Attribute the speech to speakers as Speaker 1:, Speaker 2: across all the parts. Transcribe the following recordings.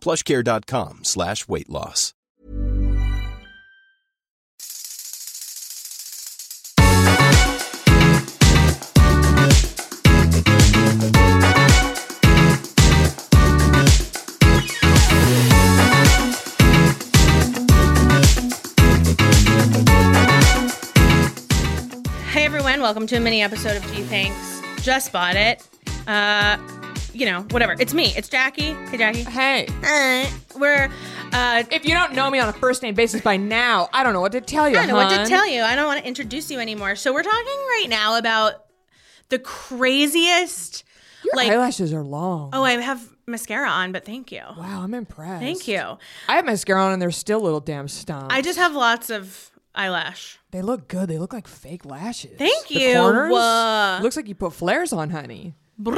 Speaker 1: Plushcare.com slash weight loss.
Speaker 2: Hey everyone, welcome to a mini episode of G Thanks. Just bought it. Uh, you know, whatever. It's me. It's Jackie. Hey Jackie.
Speaker 3: Hey,
Speaker 2: Uh, We're. Uh,
Speaker 3: if you don't know me on a first name basis by now, I don't know what to tell you.
Speaker 2: I don't know what to tell you. I don't want to introduce you anymore. So we're talking right now about the craziest. like,
Speaker 3: Eyelashes are long.
Speaker 2: oh, I have mascara on, but thank you,
Speaker 3: wow, I'm impressed.
Speaker 2: thank you.
Speaker 3: I have mascara on and they're still little damn stumps.
Speaker 2: I just have lots of eyelash.
Speaker 3: they look good. They look like fake lashes.
Speaker 2: Thank
Speaker 3: The
Speaker 2: you.
Speaker 3: Corners,
Speaker 2: Uh,
Speaker 3: looks like you put flares on, honey.
Speaker 2: Brr.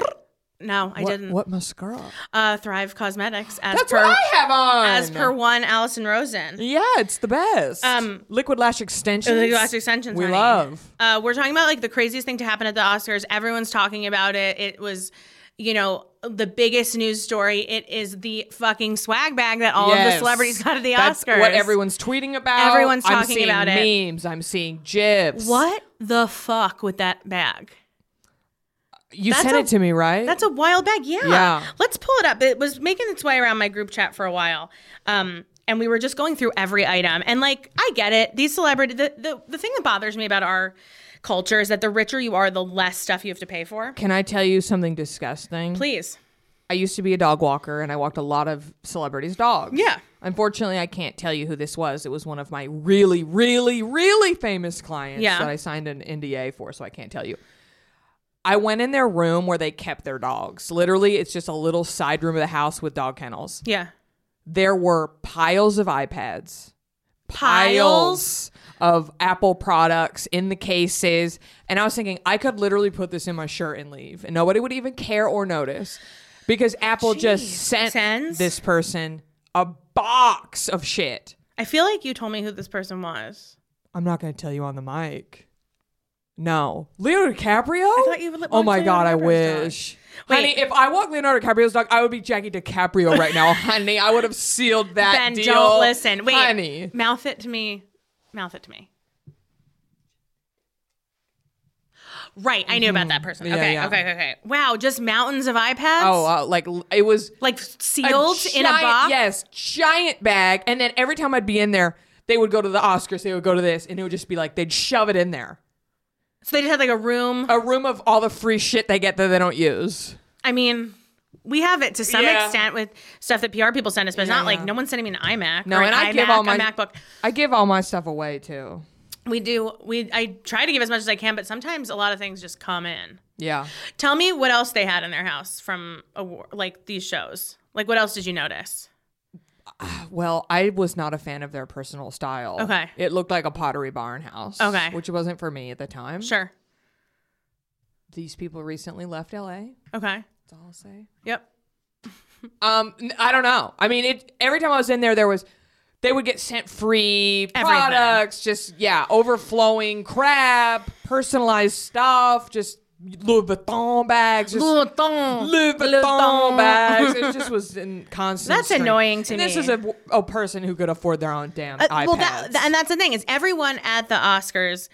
Speaker 2: No, I
Speaker 3: what,
Speaker 2: didn't.
Speaker 3: What mascara?
Speaker 2: Uh, Thrive Cosmetics, as
Speaker 3: That's
Speaker 2: per
Speaker 3: what I have on.
Speaker 2: as per one Allison Rosen.
Speaker 3: Yeah, it's the best.
Speaker 2: Um,
Speaker 3: liquid lash extensions.
Speaker 2: Liquid lash extensions,
Speaker 3: We
Speaker 2: honey.
Speaker 3: love.
Speaker 2: Uh, we're talking about like the craziest thing to happen at the Oscars. Everyone's talking about it. It was, you know, the biggest news story. It is the fucking swag bag that all of the
Speaker 3: Yes.
Speaker 2: celebrities got at the
Speaker 3: That's
Speaker 2: Oscars.
Speaker 3: What everyone's tweeting about.
Speaker 2: Everyone's
Speaker 3: I'm
Speaker 2: talking
Speaker 3: seeing
Speaker 2: about it.
Speaker 3: Memes. I'm seeing gifs.
Speaker 2: What the fuck with that bag?
Speaker 3: You
Speaker 2: That's
Speaker 3: sent
Speaker 2: a-
Speaker 3: it to me, right?
Speaker 2: That's a wild bag. Yeah.
Speaker 3: Yeah.
Speaker 2: Let's pull it up. It was making its way around my group chat for a while. Um, and we were just going through every item. And like, I get it. These celebrity the, the, the thing that bothers me about our culture is that the richer you are, the less stuff you have to pay for.
Speaker 3: Can I tell you something disgusting?
Speaker 2: Please.
Speaker 3: I used to be a dog walker and I walked a lot of celebrities' dogs.
Speaker 2: Yeah.
Speaker 3: Unfortunately, I can't tell you who this was. It was one of my really, really, really famous clients
Speaker 2: Yeah.
Speaker 3: that I signed an NDA for, so I can't tell you. I went in their room where they kept their dogs. Literally, it's just a little side room of the house with dog kennels.
Speaker 2: Yeah.
Speaker 3: There were piles of iPads,
Speaker 2: Piles?
Speaker 3: piles of Apple products in the cases. And I was thinking, I could literally put this in my shirt and leave, and nobody would even care or notice because Apple just
Speaker 2: Jeez.
Speaker 3: sent
Speaker 2: Sends?
Speaker 3: this person a box of shit.
Speaker 2: I feel like you told me who this person was.
Speaker 3: I'm not going to tell you on the mic. No, Leonardo DiCaprio. I
Speaker 2: thought you would let-
Speaker 3: Oh my
Speaker 2: wanted
Speaker 3: god, I
Speaker 2: Leonardo DiCaprio's dog.
Speaker 3: wish.
Speaker 2: Wait.
Speaker 3: Honey, if I walked Leonardo DiCaprio's dog, I would be Jackie DiCaprio right now. Honey, I would have sealed that
Speaker 2: ben,
Speaker 3: deal.
Speaker 2: don't listen. Wait.
Speaker 3: honey.
Speaker 2: Mouth it to me. Mouth it to me. Right. I knew about that person.
Speaker 3: Mm-hmm. Yeah,
Speaker 2: okay.
Speaker 3: yeah.
Speaker 2: Okay. Okay. Wow. Just mountains of iPads?
Speaker 3: Oh, uh, like it was
Speaker 2: like
Speaker 3: a
Speaker 2: sealed in a
Speaker 3: giant-
Speaker 2: box?
Speaker 3: Yes, giant bag. And then every time I'd be in there, they would go to the Oscars, they would go to this, and it would just be like they'd shove it in there.
Speaker 2: So they just had like a room.
Speaker 3: A room of all the free shit they get that they don't use.
Speaker 2: I mean, we have it to some
Speaker 3: Yeah.
Speaker 2: extent with stuff that PR people send us, but it's not like no one's sending me an iMac.
Speaker 3: No,
Speaker 2: or
Speaker 3: and
Speaker 2: an
Speaker 3: I
Speaker 2: iMac,
Speaker 3: give all my
Speaker 2: a MacBook.
Speaker 3: I give all my stuff away too.
Speaker 2: We do. We I try to give as much as I can, but sometimes a lot of things just come in.
Speaker 3: Yeah.
Speaker 2: Tell me what else they had in their house from awar- like these shows. Like what else did you notice?
Speaker 3: Well, I was not a fan of their personal style.
Speaker 2: Okay.
Speaker 3: It looked like a pottery barn house.
Speaker 2: Okay.
Speaker 3: Which wasn't for me at the time.
Speaker 2: Sure.
Speaker 3: These people recently left LA.
Speaker 2: Okay.
Speaker 3: That's all I'll say.
Speaker 2: Yep.
Speaker 3: Um, n- I don't know. I mean, it every time I was in there, there was they would get sent free
Speaker 2: Everything.
Speaker 3: products, just yeah, overflowing crap, personalized stuff, just Louis Vuitton bags, just Louis, Vuitton, bags. It just was in constant.
Speaker 2: That's
Speaker 3: strain.
Speaker 2: annoying to
Speaker 3: and This
Speaker 2: me.
Speaker 3: is a, w- a person who could afford their own damn
Speaker 2: Uh,
Speaker 3: iPads.
Speaker 2: well, that, th- and that's the thing is everyone at the Oscars,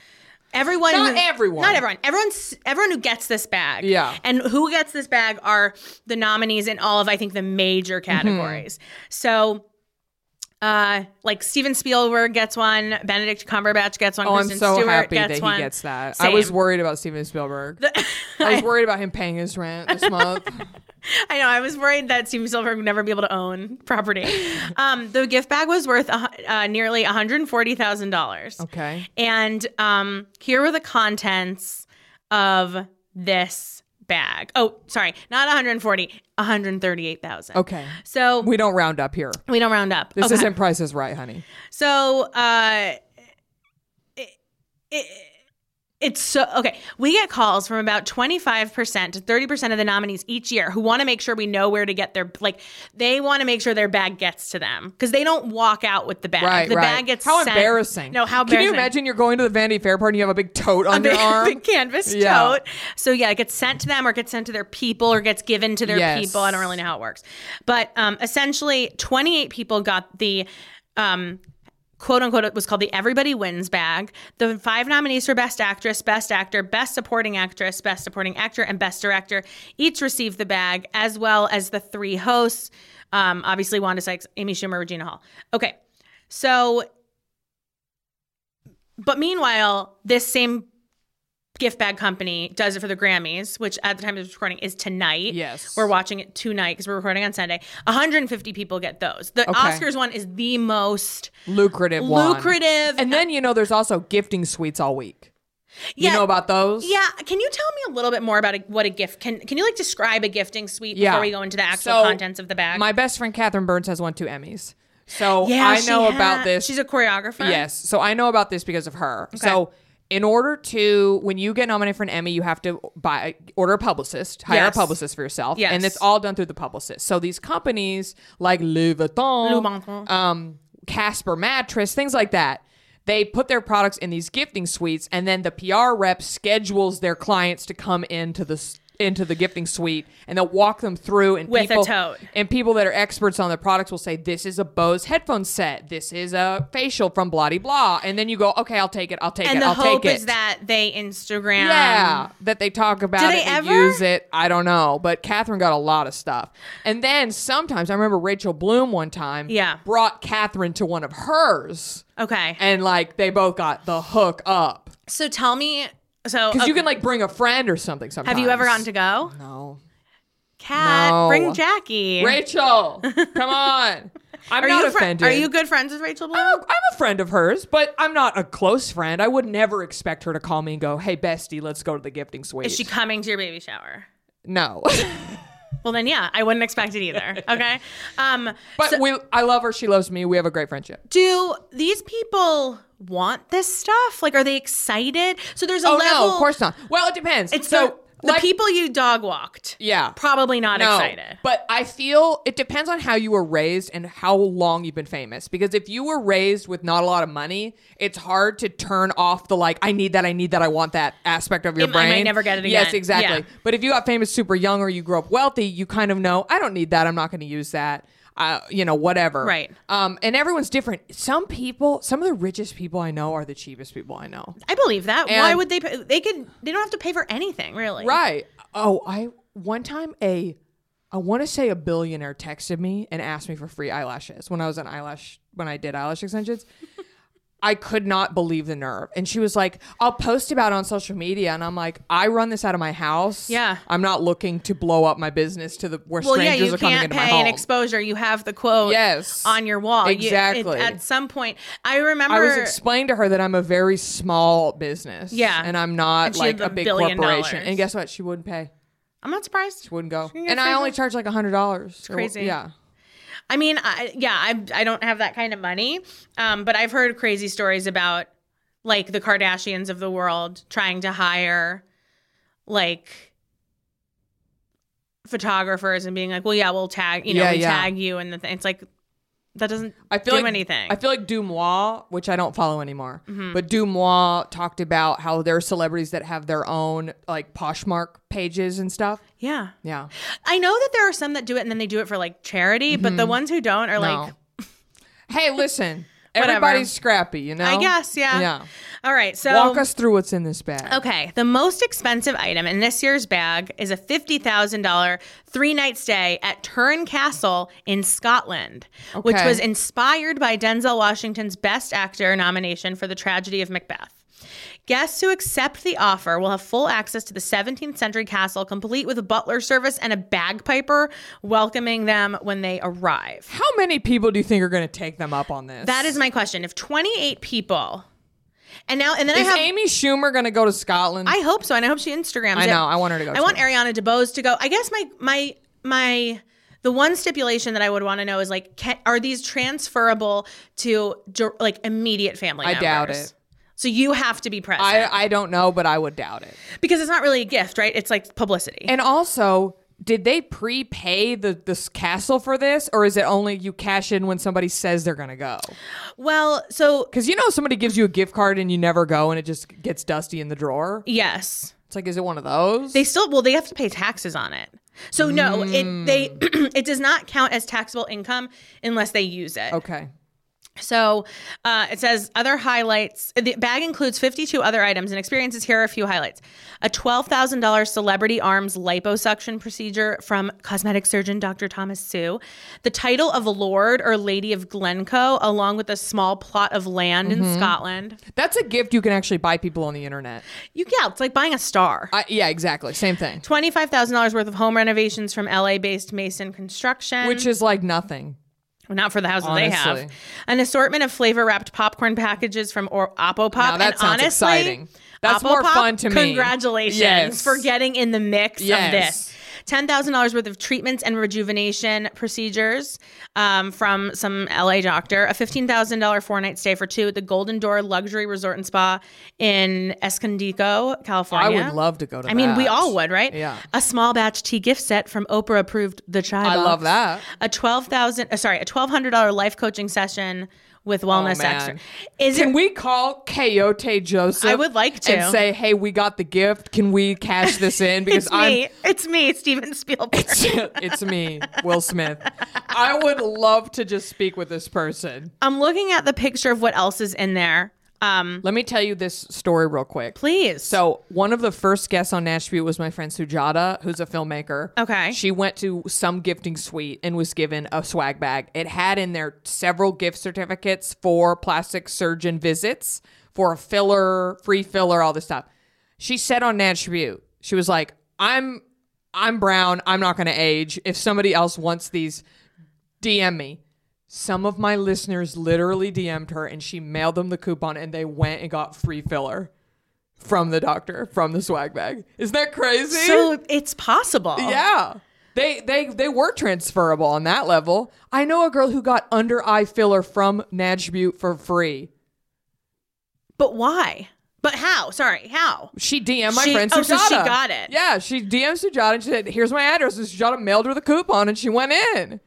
Speaker 2: everyone,
Speaker 3: Not
Speaker 2: who-
Speaker 3: everyone.
Speaker 2: not everyone, everyone's everyone who gets this bag,
Speaker 3: Yeah.
Speaker 2: and who gets this bag are the nominees in all of I think the major
Speaker 3: Mm-hmm.
Speaker 2: categories. So. Uh, like Steven Spielberg gets one, Benedict Cumberbatch gets one,
Speaker 3: Oh, I'm
Speaker 2: Kristen
Speaker 3: so
Speaker 2: Stewart
Speaker 3: happy
Speaker 2: gets
Speaker 3: that he
Speaker 2: one.
Speaker 3: gets that. I was
Speaker 2: Same.
Speaker 3: worried about Steven Spielberg. I was worried about him paying his rent this month.
Speaker 2: I know. I was worried that Steven Spielberg would never be able to own property. um, the gift bag was worth a hu- uh, nearly one hundred forty thousand dollars.
Speaker 3: Okay.
Speaker 2: And um, here were the contents of this bag. Oh, sorry, not 140, 138,000.
Speaker 3: Okay.
Speaker 2: So
Speaker 3: We don't round up here.
Speaker 2: we don't round up.
Speaker 3: This
Speaker 2: Okay.
Speaker 3: isn't Price is Right, honey.
Speaker 2: So, uh, it, it, it's so okay. We get calls from about 25% to 30% of the nominees each year who want to make sure we know where to get their like they want to make sure their bag gets to them cuz they don't walk out with the bag.
Speaker 3: Right,
Speaker 2: Uh, the
Speaker 3: right.
Speaker 2: bag gets
Speaker 3: how
Speaker 2: sent-
Speaker 3: embarrassing.
Speaker 2: No, how
Speaker 3: Can
Speaker 2: embarrassing.
Speaker 3: you imagine you're going to the Vanity Fair party and you have a big tote on your
Speaker 2: big,
Speaker 3: arm?
Speaker 2: big canvas
Speaker 3: Yeah.
Speaker 2: tote. So yeah, it gets sent to them or gets sent to their people or gets given to their
Speaker 3: Yes.
Speaker 2: people. I don't really know how it works. But um, essentially, 28 people got the um, quote unquote, it was called the Everybody Wins bag. The five nominees for Best Actress, Best Actor, Best Supporting Actress, Best Supporting Actor, and Best Director each received the bag, as well as the three hosts. Um, obviously, Wanda Sykes, Amy Schumer, Regina Hall. Okay. So but meanwhile, this same gift bag company does it for the Grammys, which at the time of this recording is tonight.
Speaker 3: Yes.
Speaker 2: We're watching it tonight because we're recording on Sunday. 150 people get those. The
Speaker 3: Okay.
Speaker 2: Oscars one is the most
Speaker 3: lucrative one.
Speaker 2: lucrative.
Speaker 3: And then you know there's also gifting suites all week.
Speaker 2: yeah,
Speaker 3: You know about those?
Speaker 2: yeah. Can you tell me a little bit more about a, what a gift can? Can you like describe a gifting suite
Speaker 3: Yeah.
Speaker 2: before we go into the actual
Speaker 3: So,
Speaker 2: contents of the bag?
Speaker 3: My best friend Catherine Burns has won two Emmys. So
Speaker 2: yeah,
Speaker 3: I
Speaker 2: she
Speaker 3: know about
Speaker 2: ha-
Speaker 3: this.
Speaker 2: She's a choreographer.
Speaker 3: Yes. So I know about this because of her. So in order to when you get nominated for an Emmy, you have to buy order a publicist, hire
Speaker 2: Yes.
Speaker 3: a publicist for yourself.
Speaker 2: Yes.
Speaker 3: And it's all done through the publicist. So these companies like Louis Vuitton,
Speaker 2: Louis Vuitton.
Speaker 3: um, Casper mattress, things like that. They put their products in these gifting suites, and then the PR rep schedules their clients to come into the s- into the gifting suite, and they'll walk them through. And
Speaker 2: With a
Speaker 3: people,
Speaker 2: tote.
Speaker 3: and people that are experts on the products will say, "This is a Bose headphone set. This is a facial from blah de blah." And then you go, "Okay, I'll take it. I'll take
Speaker 2: And
Speaker 3: it.
Speaker 2: the
Speaker 3: I'll
Speaker 2: hope
Speaker 3: take it."
Speaker 2: is that they Instagram.
Speaker 3: Yeah, that they talk about
Speaker 2: Do
Speaker 3: it,
Speaker 2: they
Speaker 3: they
Speaker 2: ever?
Speaker 3: use it. I don't know, but Catherine got a lot of stuff. And then sometimes I remember Rachel Bloom one time,
Speaker 2: Yeah.
Speaker 3: brought Catherine to one of hers,
Speaker 2: Okay.
Speaker 3: and like they both got the hook up
Speaker 2: So tell me. So
Speaker 3: because
Speaker 2: okay.
Speaker 3: you can like bring a friend or something. Sometimes
Speaker 2: Have you ever gotten to go?
Speaker 3: No,
Speaker 2: Cat,
Speaker 3: No.
Speaker 2: bring Jackie.
Speaker 3: Rachel, come on. I'm
Speaker 2: are
Speaker 3: not
Speaker 2: you fri-
Speaker 3: offended. Oh,
Speaker 2: are you good friends with Rachel Bloom?
Speaker 3: I'm a- I'm a friend of hers, but I'm not a close friend. I would never expect her to call me and go, "Hey, bestie, let's go to the gifting suite."
Speaker 2: Is she coming to your baby shower?
Speaker 3: no.
Speaker 2: Well, then yeah, I wouldn't expect it either. Okay. Um,
Speaker 3: But we, I love her. She loves me. We have a great friendship.
Speaker 2: do these people want this stuff? Like, are they excited? So there's a
Speaker 3: Oh
Speaker 2: level.
Speaker 3: no, of course not. Well, it depends.
Speaker 2: It's
Speaker 3: so
Speaker 2: so the, the people you dog walked.
Speaker 3: Yeah.
Speaker 2: Probably not
Speaker 3: no,
Speaker 2: excited.
Speaker 3: But I feel it depends on how you were raised and how long you've been famous. Because if you were raised with not a lot of money, it's hard to turn off the like, I need that, I need that, I want that aspect of your
Speaker 2: I might
Speaker 3: brain.
Speaker 2: never get it
Speaker 3: Yes,
Speaker 2: again.
Speaker 3: exactly.
Speaker 2: Yeah.
Speaker 3: But if you got famous super young or you grew up wealthy, you kind of know, I don't need that. I'm not going to use that. Uh, you know, whatever.
Speaker 2: Right.
Speaker 3: Um, and everyone's different. Some people, some of the richest people I know are the cheapest people I know.
Speaker 2: I believe that. Why
Speaker 3: And-
Speaker 2: would they? Pay? They could. They don't have to pay for anything, really.
Speaker 3: Right. Oh, I one time a I want to say a billionaire texted me and asked me for free eyelashes when I was an eyelash when I did eyelash extensions. I could not believe the nerve. And she was like, I'll post about it on social media. And I'm like, I run this out of my house.
Speaker 2: Yeah.
Speaker 3: I'm not looking to blow up my business to the where
Speaker 2: Well, yeah,
Speaker 3: strangers
Speaker 2: you
Speaker 3: are coming
Speaker 2: can't
Speaker 3: into
Speaker 2: pay
Speaker 3: my home.
Speaker 2: an exposure. You have the quote
Speaker 3: Yes.
Speaker 2: on your wall. You- it-
Speaker 3: Exactly.
Speaker 2: at some point, I remember.
Speaker 3: I was explained to her that I'm a very small business.
Speaker 2: Yeah.
Speaker 3: And I'm not
Speaker 2: And she had
Speaker 3: like a
Speaker 2: the
Speaker 3: big
Speaker 2: billion
Speaker 3: corporation.
Speaker 2: dollars.
Speaker 3: And guess what? She wouldn't pay.
Speaker 2: I'm not surprised.
Speaker 3: She wouldn't go.
Speaker 2: can get
Speaker 3: And
Speaker 2: free
Speaker 3: I only
Speaker 2: glasses.
Speaker 3: charge like a hundred dollars. It's
Speaker 2: crazy.
Speaker 3: Yeah.
Speaker 2: I mean, I, yeah, I, I don't have that kind of money, um, but I've heard crazy stories about like the Kardashians of the world trying to hire like photographers and being like, well, yeah, we'll tag, you know,
Speaker 3: Yeah,
Speaker 2: we
Speaker 3: yeah.
Speaker 2: tag you and the thing. It's like that doesn't
Speaker 3: I feel
Speaker 2: do
Speaker 3: like,
Speaker 2: anything. Mm-hmm.
Speaker 3: I feel like Dumois, which I don't follow anymore, but Dumois talked about how there are celebrities that have their own like Poshmark pages and stuff.
Speaker 2: yeah,
Speaker 3: Yeah.
Speaker 2: I know that there are some that do it and then they do it for like charity, but the ones who don't are like,
Speaker 3: Mm-hmm. No. hey, listen,
Speaker 2: Whatever.
Speaker 3: everybody's scrappy, you know.
Speaker 2: I guess, yeah.
Speaker 3: Yeah.
Speaker 2: all right, so
Speaker 3: Walk us through what's in this bag.
Speaker 2: Okay, the most expensive item in this year's bag is a $50,000 three night stay at Turin Castle in Scotland, which
Speaker 3: Okay.
Speaker 2: was inspired by Denzel Washington's Best Actor nomination for the tragedy of Macbeth. Guests who accept the offer will have full access to the 17th century castle, complete with a butler service and a bagpiper welcoming them when they arrive.
Speaker 3: How many people do you think are going to take them up on this?
Speaker 2: That is my question. If 28 people And now and then
Speaker 3: Is
Speaker 2: I have
Speaker 3: Amy Schumer gonna go to Scotland?
Speaker 2: I hope so, and I hope she Instagrams
Speaker 3: I
Speaker 2: it.
Speaker 3: know, I want her to go,
Speaker 2: I want
Speaker 3: too.
Speaker 2: Ariana DeBose to go. I guess my my my the one stipulation that I would want to know is like, can, are these transferable to dir- like immediate family?
Speaker 3: I doubt
Speaker 2: members?
Speaker 3: it.
Speaker 2: So you have to be present
Speaker 3: I, I don't know, but I would doubt it.
Speaker 2: because it's not really a gift, right? It's like publicity.
Speaker 3: And also, did they prepay the this castle for this, or is it only you cash in when somebody says they're gonna go?
Speaker 2: well, so
Speaker 3: Because you know, somebody gives you a gift card and you never go, and it just gets dusty in the drawer.
Speaker 2: yes,
Speaker 3: It's like, is it one of those?
Speaker 2: they still well they have to pay taxes on it. So no, it they
Speaker 3: Mm.
Speaker 2: it does not count as taxable income unless they use it.
Speaker 3: okay.
Speaker 2: So uh, it says other highlights. The bag includes 52 other items and experiences. Here are a few highlights a $12,000 celebrity arms liposuction procedure from cosmetic surgeon Dr. Thomas Sue, the title of Lord or Lady of Glencoe, along with a small plot of land
Speaker 3: Mm-hmm.
Speaker 2: in Scotland.
Speaker 3: That's a gift you can actually buy people on the internet.
Speaker 2: You, yeah, it's like buying a star.
Speaker 3: I, yeah, exactly. Same thing.
Speaker 2: $25,000 worth of home renovations from LA based Mason Construction.
Speaker 3: Which is like nothing.
Speaker 2: Not for the houses they have.
Speaker 3: Honestly.
Speaker 2: An assortment of flavor wrapped popcorn packages from or- Oppo Pop.
Speaker 3: Now that
Speaker 2: and
Speaker 3: sounds
Speaker 2: honestly,
Speaker 3: exciting. That's
Speaker 2: Oppo
Speaker 3: more
Speaker 2: Pop,
Speaker 3: fun to me.
Speaker 2: Congratulations
Speaker 3: Yes.
Speaker 2: for getting in the mix
Speaker 3: Yes.
Speaker 2: of this. Ten thousand dollars worth of treatments and rejuvenation procedures um, from some LA doctor. A fifteen thousand dollar four night stay for two at the Golden Door Luxury Resort and Spa in Escondido,
Speaker 3: I
Speaker 2: California.
Speaker 3: would love to go to.
Speaker 2: I mean, we
Speaker 3: that.
Speaker 2: all would, right?
Speaker 3: Yeah.
Speaker 2: A small batch tea gift set from Oprah approved the chai.
Speaker 3: I
Speaker 2: box.
Speaker 3: love that.
Speaker 2: A twelve thousand, uh, sorry, a twelve hundred dollar life coaching session with wellness
Speaker 3: Oh, man.
Speaker 2: extra. Is
Speaker 3: Can
Speaker 2: it?
Speaker 3: we call Coyote Joseph?
Speaker 2: I would like to.
Speaker 3: and say, "Hey, we got the gift. Can we cash this in?" Because
Speaker 2: it's
Speaker 3: I'm
Speaker 2: me. It's me, Steven Spielberg.
Speaker 3: it's me, Will Smith. I would love to just speak with this person.
Speaker 2: I'm looking at the picture of what else is in there. Um,
Speaker 3: Let me tell you this story real quick.
Speaker 2: please.
Speaker 3: So, one of the first guests on Nashville was my friend Sujata, who's a filmmaker.
Speaker 2: Okay.
Speaker 3: She went to some gifting suite and was given a swag bag. It had in there several gift certificates for plastic surgeon visits, for a filler, free filler, all this stuff. She said on Nashville, she was like, I'm I'm brown, I'm not gonna age. If somebody else wants these, DM me. Some of my listeners literally DM'd her and she mailed them the coupon and they went and got free filler from the doctor, from the swag bag. Isn't that crazy?
Speaker 2: so it's possible.
Speaker 3: Yeah. They they they were transferable on that level. I know a girl who got under eye filler from Najbute for free.
Speaker 2: But why? But how? Sorry, how?
Speaker 3: She DM'd my
Speaker 2: She-
Speaker 3: friend
Speaker 2: oh, so she
Speaker 3: Sujata.
Speaker 2: got it.
Speaker 3: Yeah, she DM'd Sujata and she said, Here's my address. And Sujata mailed her the coupon and she went in.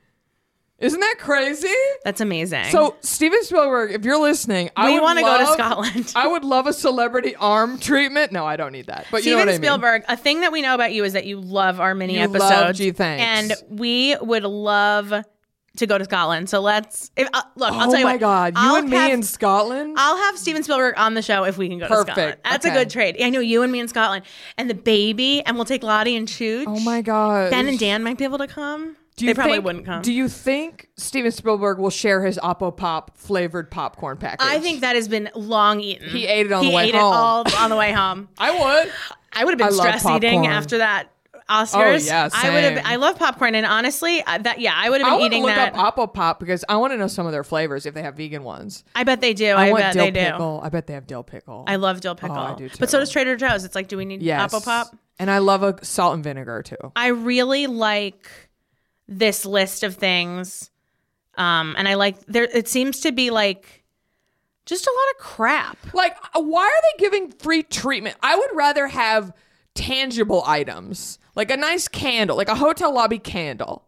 Speaker 3: Isn't that crazy?
Speaker 2: That's amazing.
Speaker 3: So Steven Spielberg, if you're listening, I
Speaker 2: We
Speaker 3: would
Speaker 2: wanna go to
Speaker 3: love-
Speaker 2: Scotland.
Speaker 3: I would love a celebrity arm treatment. No, I don't need that. But you know
Speaker 2: Steven
Speaker 3: what I mean.
Speaker 2: Spielberg, a thing that we know about you is that you love our mini
Speaker 3: You love
Speaker 2: episodes.
Speaker 3: Gee, thanks.
Speaker 2: And we would love to go to Scotland. So let's if, uh, look. I'll
Speaker 3: oh
Speaker 2: tell you
Speaker 3: my
Speaker 2: what,
Speaker 3: god, you
Speaker 2: I'll
Speaker 3: and me
Speaker 2: have-
Speaker 3: in Scotland.
Speaker 2: I'll have Steven Spielberg on the show if we can go to
Speaker 3: Perfect.
Speaker 2: Scotland. That's
Speaker 3: Okay.
Speaker 2: a good trade. I know you and me in Scotland, and the baby, and we'll take Lottie and Chooch.
Speaker 3: oh my god.
Speaker 2: Ben and Dan might be able to come.
Speaker 3: Do
Speaker 2: they
Speaker 3: you
Speaker 2: probably
Speaker 3: think-
Speaker 2: wouldn't come.
Speaker 3: Do you think Steven Spielberg will share his Oppo Pop flavored popcorn package?
Speaker 2: I think that has been long eaten.
Speaker 3: He ate it on
Speaker 2: He
Speaker 3: the way
Speaker 2: ate
Speaker 3: home.
Speaker 2: It all on the way home.
Speaker 3: I would.
Speaker 2: I would have been
Speaker 3: I love
Speaker 2: stress eating
Speaker 3: popcorn.
Speaker 2: after that Oscars.
Speaker 3: Oh, yeah,
Speaker 2: I would have.
Speaker 3: same.
Speaker 2: I love popcorn, and honestly, uh, that yeah, I would
Speaker 3: I
Speaker 2: have been
Speaker 3: want to
Speaker 2: eating
Speaker 3: look
Speaker 2: that.
Speaker 3: up Oppo Pop because I want to know some of their flavors if they have vegan ones.
Speaker 2: I bet they do. I,
Speaker 3: I, want
Speaker 2: bet
Speaker 3: dill
Speaker 2: they do.
Speaker 3: pickle. I bet they have dill pickle.
Speaker 2: I love dill pickle.
Speaker 3: Oh, I do
Speaker 2: But so
Speaker 3: too.
Speaker 2: does Trader Joe's. It's like, do we need
Speaker 3: yes.
Speaker 2: apple pop?
Speaker 3: And I love a salt and vinegar too.
Speaker 2: I really like this list of things, um, and I like there. It seems to be like just a lot of crap.
Speaker 3: Like, uh, why are they giving free treatment? I would rather have tangible items, like a nice candle, like a hotel lobby candle.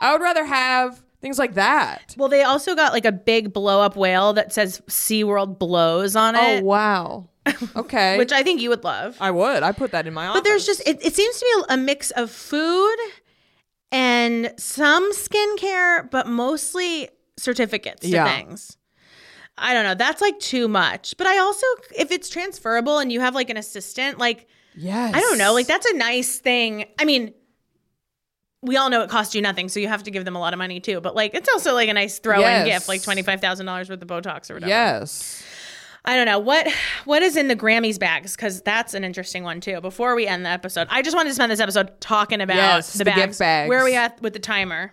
Speaker 3: I would rather have things like that.
Speaker 2: Well, they also got like a big blow up whale that says SeaWorld blows on
Speaker 3: Oh
Speaker 2: it,
Speaker 3: wow. Okay.
Speaker 2: which I think you would love.
Speaker 3: I would. I put that in my office.
Speaker 2: But there's just it, it seems to be a, a mix of food and some skincare, but mostly certificates to
Speaker 3: Yeah.
Speaker 2: things. I don't know. That's like too much. But I also if it's transferable and you have like an assistant, like
Speaker 3: yes.
Speaker 2: I don't know, like that's a nice thing. I mean, we all know it costs you nothing, so you have to give them a lot of money too. But like it's also like a nice throw in
Speaker 3: Yes.
Speaker 2: gift, like twenty five thousand dollars worth of Botox or whatever.
Speaker 3: Yes.
Speaker 2: I don't know what what is in the Grammys bags because that's an interesting one too. Before we end the episode, I just wanted to spend this episode talking about
Speaker 3: Yes,
Speaker 2: the,
Speaker 3: the
Speaker 2: bags.
Speaker 3: gift bags.
Speaker 2: Where are we at with the timer?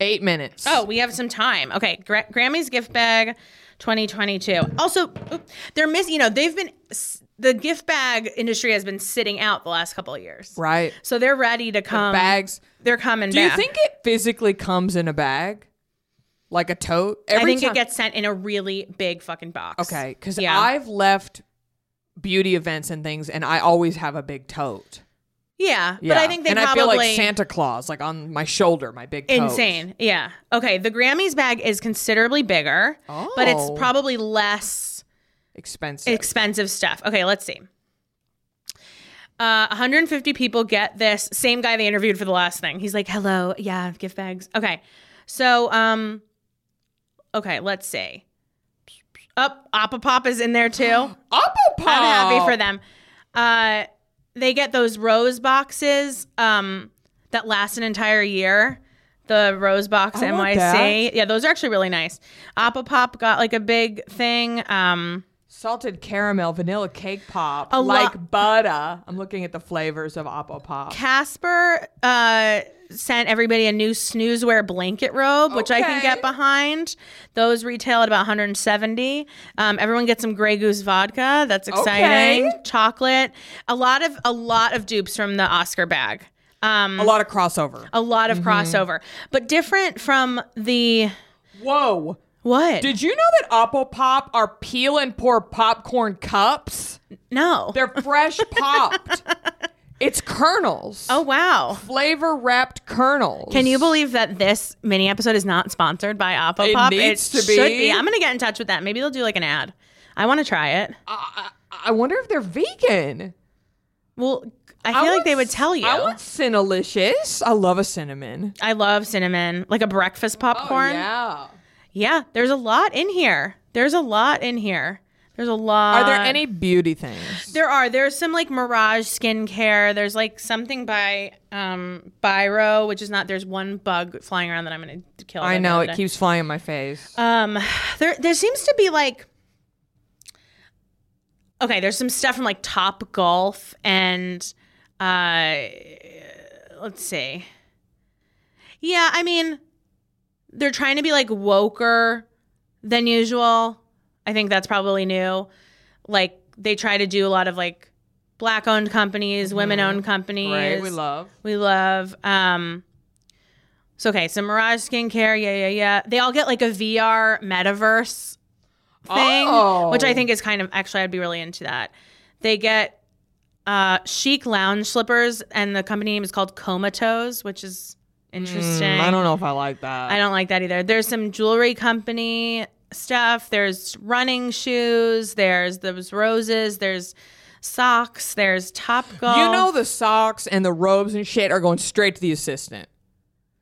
Speaker 3: Eight minutes.
Speaker 2: Oh, we have some time. Okay, Gra- Grammys gift bag 2022. Also, oop, they're missing, you know, they've been s- the gift bag industry has been sitting out the last couple of years.
Speaker 3: right.
Speaker 2: So they're ready to come.
Speaker 3: bags.
Speaker 2: They're coming
Speaker 3: Do
Speaker 2: back.
Speaker 3: you think it physically comes in a bag, like a tote?
Speaker 2: I
Speaker 3: Every
Speaker 2: think
Speaker 3: time-
Speaker 2: it gets sent in a really big fucking box.
Speaker 3: okay because
Speaker 2: Yeah.
Speaker 3: I've left beauty events and things, and I always have a big tote.
Speaker 2: Yeah,
Speaker 3: Yeah,
Speaker 2: but I think they
Speaker 3: and
Speaker 2: probably
Speaker 3: I feel like Santa Claus, like on my shoulder, my big tote.
Speaker 2: insane. Yeah. Okay, the Grammys bag is considerably bigger, but it's
Speaker 3: Oh.
Speaker 2: probably less
Speaker 3: expensive.
Speaker 2: expensive stuff. Okay, let's see. Uh, 150 people get this same guy they interviewed for the last thing. He's like, "Hello, yeah, gift bags." Okay, so um, okay, let's see. Up, oh, Appa Pop is in there too.
Speaker 3: Oppo Pop.
Speaker 2: I'm happy for them. Uh, they get those rose boxes um, that last an entire year. The Rose Box
Speaker 3: I want
Speaker 2: NYC. Yeah, those are actually really nice. Appa Pop got like a big thing. Um,
Speaker 3: Salted caramel, vanilla cake pop,
Speaker 2: A lo-
Speaker 3: like butter. I'm looking at the flavors of Oppo Pop.
Speaker 2: Casper uh, sent everybody a new snoozewear blanket robe, which I can
Speaker 3: Okay.
Speaker 2: get behind. Those retail at about 170. Um, everyone gets some Grey Goose vodka. That's exciting.
Speaker 3: Okay.
Speaker 2: Chocolate. A lot of a lot of dupes from the Oscar bag. Um,
Speaker 3: A lot of crossover.
Speaker 2: a lot
Speaker 3: Mm-hmm.
Speaker 2: of crossover, but different from the
Speaker 3: Whoa.
Speaker 2: what?
Speaker 3: Did you know that Oppo Pop are peel and pour popcorn cups?
Speaker 2: no.
Speaker 3: They're fresh popped. It's kernels.
Speaker 2: Oh wow.
Speaker 3: Flavor wrapped kernels.
Speaker 2: Can you believe that this mini episode is not sponsored by Appa
Speaker 3: It
Speaker 2: Pop?
Speaker 3: needs to
Speaker 2: should
Speaker 3: be.
Speaker 2: be. I'm gonna get in touch with that. Maybe they'll do like an ad. I want to try it.
Speaker 3: I, I, I wonder if they're vegan.
Speaker 2: Well, I feel like
Speaker 3: want
Speaker 2: they would
Speaker 3: s-
Speaker 2: tell you.
Speaker 3: I
Speaker 2: I,
Speaker 3: want Cinnalicious. I love a cinnamon.
Speaker 2: love cinnamon, like a breakfast popcorn. yeah.
Speaker 3: Oh, yeah.
Speaker 2: there's a lot in here. There's a lot in here. There's a lot.
Speaker 3: Are there any beauty things?
Speaker 2: Uh, There are. There's some like Mirage skincare. There's like something by um Biro, which is not. There's one bug flying around that I'm gonna kill. by
Speaker 3: I
Speaker 2: the
Speaker 3: know
Speaker 2: end
Speaker 3: it
Speaker 2: of the day.
Speaker 3: keeps flying in my face.
Speaker 2: Um, there there seems to be like. Okay, there's some stuff from like Top Golf and, uh, let's see. Yeah, I mean, they're trying to be like woker than usual. I think that's probably new. Like they try to do a lot of like black-owned companies, women-owned companies.
Speaker 3: Mm-hmm. Right, we love.
Speaker 2: We love. Um, so okay, so Mirage skincare, yeah, yeah, yeah. They all get like a VR metaverse thing,
Speaker 3: Oh.
Speaker 2: which I think is kind of actually I'd be really into that. They get uh, chic lounge slippers, and the company name is called Comatose, which is interesting.
Speaker 3: Hmm, Mm, I don't know if I like that.
Speaker 2: I don't like that either. There's some jewelry company stuff. There's running shoes. There's those roses. There's socks. There's Top Golf.
Speaker 3: You know the socks and the robes and shit are going straight to the assistant.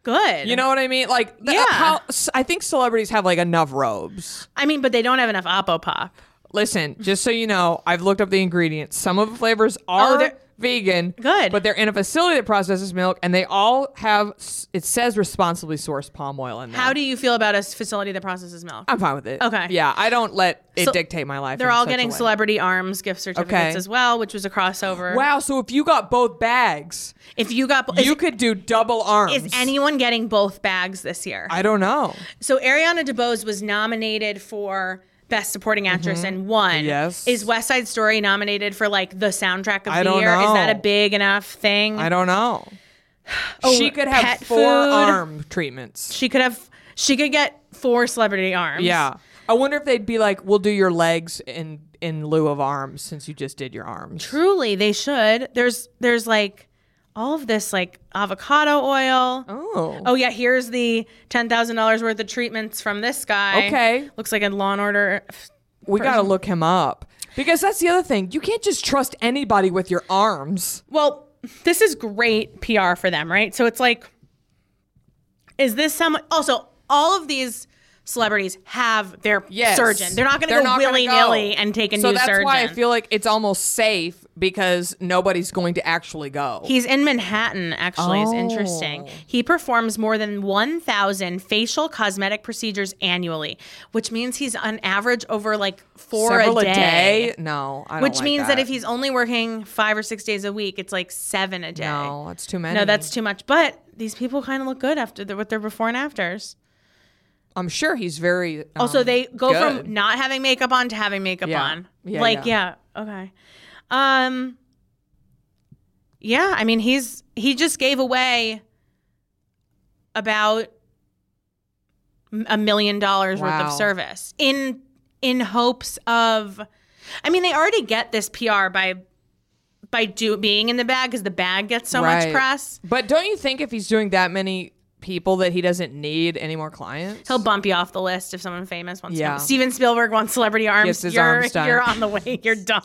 Speaker 2: good.
Speaker 3: You know what I mean? Like, the,
Speaker 2: Yeah.
Speaker 3: how, s- I think celebrities have like enough robes.
Speaker 2: I mean, but they don't have enough Oppo Pop.
Speaker 3: Listen, just so you know, I've looked up the ingredients. Some of the flavors are
Speaker 2: Oh, they're-
Speaker 3: vegan,
Speaker 2: Good.
Speaker 3: but they're in a facility that processes milk, and they all have. s- It says responsibly sourced palm oil in them.
Speaker 2: How do you feel about a s- facility that processes milk?
Speaker 3: I'm fine with it.
Speaker 2: Okay.
Speaker 3: Yeah, I don't let it
Speaker 2: So
Speaker 3: dictate my life.
Speaker 2: They're
Speaker 3: in
Speaker 2: all
Speaker 3: such a
Speaker 2: getting
Speaker 3: way.
Speaker 2: celebrity arms gift certificates
Speaker 3: Okay.
Speaker 2: as well, which was a crossover.
Speaker 3: Wow. So if you got both bags,
Speaker 2: If you got, bo-
Speaker 3: you could do double arms.
Speaker 2: is, is anyone getting both bags this year?
Speaker 3: I don't know.
Speaker 2: so Ariana DeBose was nominated for Best Supporting Actress and won.
Speaker 3: Mm-hmm. Yes.
Speaker 2: Is West Side Story nominated for like the soundtrack of
Speaker 3: I
Speaker 2: the
Speaker 3: don't
Speaker 2: year? Is
Speaker 3: know.
Speaker 2: that a big enough thing?
Speaker 3: I don't know.
Speaker 2: Oh,
Speaker 3: she could have
Speaker 2: pet
Speaker 3: four
Speaker 2: food.
Speaker 3: arm treatments.
Speaker 2: She could have. She could get four celebrity arms.
Speaker 3: Yeah. I wonder if they'd be like, "We'll do your legs in in lieu of arms since you just did your arms."
Speaker 2: Truly, they should. There's there's like all of this like avocado oil.
Speaker 3: Oh.
Speaker 2: Oh yeah, here's the ten thousand dollars worth of treatments from this guy.
Speaker 3: Okay.
Speaker 2: looks like a Law and Order.
Speaker 3: we got to look him up because that's the other thing. You can't just trust anybody with your arms.
Speaker 2: Well, this is great PR for them, right? So it's like, is this some? Also, all of these celebrities have their
Speaker 3: Yes.
Speaker 2: surgeon. They're not going to
Speaker 3: They're
Speaker 2: go
Speaker 3: gonna
Speaker 2: willy nilly and take a
Speaker 3: so
Speaker 2: new
Speaker 3: that's
Speaker 2: surgeon.
Speaker 3: why I feel like it's almost safe because nobody's going to actually go.
Speaker 2: He's in Manhattan, actually,
Speaker 3: Oh.
Speaker 2: is interesting. He performs more than 1,000 facial cosmetic procedures annually, which means he's on average over like four
Speaker 3: Several
Speaker 2: a, day,
Speaker 3: No, I don't
Speaker 2: Which
Speaker 3: like
Speaker 2: means that. if he's only working five or six days a week, it's like seven a day.
Speaker 3: no, that's too many.
Speaker 2: No, that's too much. But these people kind of look good after the, with their before and afters.
Speaker 3: I'm sure he's very.
Speaker 2: Also,
Speaker 3: um,
Speaker 2: they go
Speaker 3: good.
Speaker 2: from not having makeup on to having makeup
Speaker 3: Yeah.
Speaker 2: on.
Speaker 3: Yeah,
Speaker 2: like, yeah. okay. Um, yeah, I mean, he's he just gave away about m- a million dollars worth
Speaker 3: Wow.
Speaker 2: of service in in hopes of. I mean, they already get this PR by by do being in the bag because the bag gets so much
Speaker 3: Right.
Speaker 2: press.
Speaker 3: But don't you think if he's doing that many people that he doesn't need any more clients?
Speaker 2: He'll bump you off the list if someone famous wants
Speaker 3: Yeah.
Speaker 2: to. Steven Spielberg wants celebrity arms.
Speaker 3: Gets his
Speaker 2: you're,
Speaker 3: arms done.
Speaker 2: you're on the way. You're done.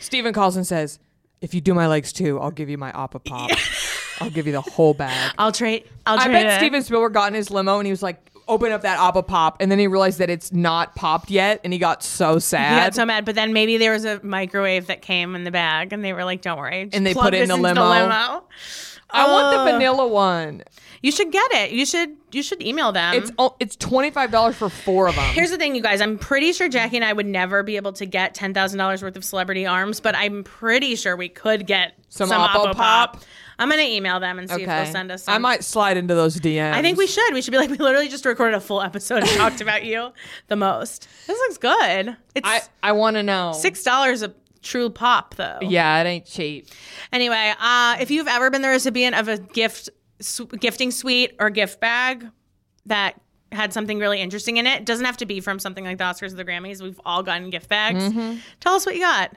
Speaker 3: Stephen calls and says, "If you do my legs too, I'll give you my Oppa Pop. I'll give you the whole bag."
Speaker 2: I'll trade. I'll
Speaker 3: I
Speaker 2: trade.
Speaker 3: bet
Speaker 2: it.
Speaker 3: Steven Spielberg got in his limo and he was like, "Open up that Oppa Pop," and then he realized that it's not popped yet, and he got so
Speaker 2: He
Speaker 3: sad.
Speaker 2: got so mad, but then maybe there was a microwave that came in the bag, and they were like, "Don't worry." just
Speaker 3: And they
Speaker 2: plug
Speaker 3: put it in
Speaker 2: this
Speaker 3: the
Speaker 2: into
Speaker 3: limo. I
Speaker 2: uh,
Speaker 3: want the vanilla one.
Speaker 2: You should get it. You should. You should email them.
Speaker 3: It's o- it's twenty five dollars for four of them.
Speaker 2: Here's the thing, you guys. I'm pretty sure Jackie and I would never be able to get ten thousand dollars worth of celebrity arms, but I'm pretty sure we could get
Speaker 3: Some
Speaker 2: some,
Speaker 3: Oppo
Speaker 2: Oppo
Speaker 3: Pop.
Speaker 2: Pop. I'm gonna email them and see if they'll send us. Some.
Speaker 3: I might slide into those DMs.
Speaker 2: I think we should. We should be like, we literally just recorded a full episode and talked about you the most. This looks good. It's
Speaker 3: I I want to know.
Speaker 2: six dollars a true pop though.
Speaker 3: Yeah, it ain't cheap.
Speaker 2: Anyway, uh, if you've ever been the recipient of a gift s gifting suite or gift bag that had something really interesting in it, doesn't have to be from something like the Oscars or the Grammys. We've all gotten gift bags.
Speaker 3: Mm-hmm.
Speaker 2: Tell us what you got.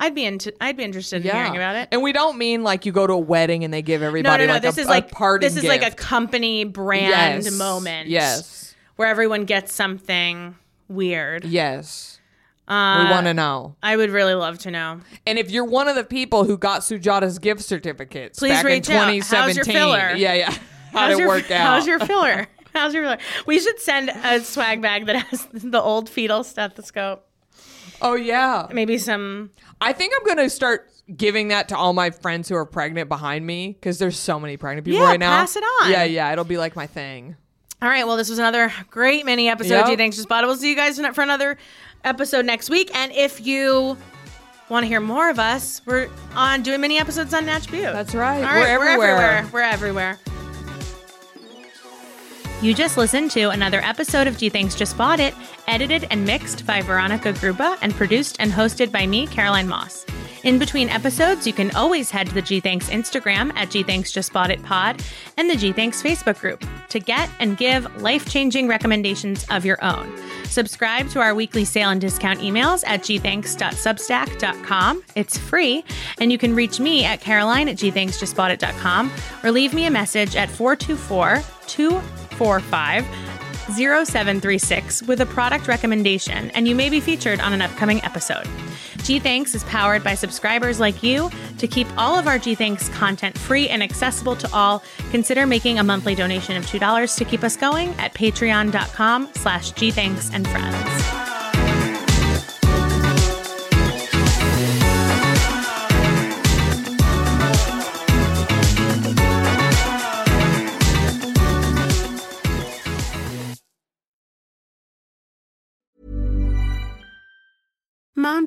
Speaker 2: I'd be into. I'd be interested in
Speaker 3: Yeah.
Speaker 2: hearing about it.
Speaker 3: And we don't mean like you go to a wedding and they give
Speaker 2: No,
Speaker 3: everybody.
Speaker 2: no, no.
Speaker 3: Like
Speaker 2: this
Speaker 3: a,
Speaker 2: is like
Speaker 3: a party.
Speaker 2: this is like a company brand moment.
Speaker 3: Yes,
Speaker 2: where everyone gets something weird.
Speaker 3: yes.
Speaker 2: Uh,
Speaker 3: we want to know.
Speaker 2: I would really love to know.
Speaker 3: And if you're one of the people who got Sujata's gift certificates
Speaker 2: Please
Speaker 3: back
Speaker 2: reach
Speaker 3: in
Speaker 2: out. How's
Speaker 3: 2017,
Speaker 2: your filler?
Speaker 3: yeah, yeah. How did it
Speaker 2: your,
Speaker 3: work out?
Speaker 2: How's your filler? How's your filler? We should send a swag bag that has the old fetal stethoscope.
Speaker 3: oh yeah.
Speaker 2: Maybe some.
Speaker 3: I think I'm gonna start giving that to all my friends who are pregnant behind me because there's so many pregnant people
Speaker 2: Yeah,
Speaker 3: right now.
Speaker 2: pass it on.
Speaker 3: Yeah, yeah. It'll be like my thing.
Speaker 2: All right. Well, this was another great mini episode.
Speaker 3: Yep.
Speaker 2: of Do you think just bought it? We'll see you guys for another episode next week. And if you want to hear more of us, we're on doing mini episodes on Natch Butte.
Speaker 3: That's right.
Speaker 2: All
Speaker 3: We're
Speaker 2: right,
Speaker 3: everywhere.
Speaker 2: We're everywhere. We're everywhere. You just listened to another episode of G Thanks Just Bought It, edited and mixed by Veronica Gruba and produced and hosted by me, Caroline Moss. In between episodes, you can always head to the G Thanks Instagram at G Thanks Just Bought It Pod and the G Thanks Facebook group to get and give life changing recommendations of your own. Subscribe to our weekly sale and discount emails at gthanks.substack.com. It's free, and you can reach me at Caroline at gthanksjustboughtit.com or leave me a message at 424 245 0736 with a product recommendation, and you may be featured on an upcoming episode. G Thanks is powered by subscribers like you. To keep all of our G Thanks content free and accessible to all, consider making a monthly donation of $2 to keep us going at patreon.com slash G Thanks and friends.
Speaker 4: Mom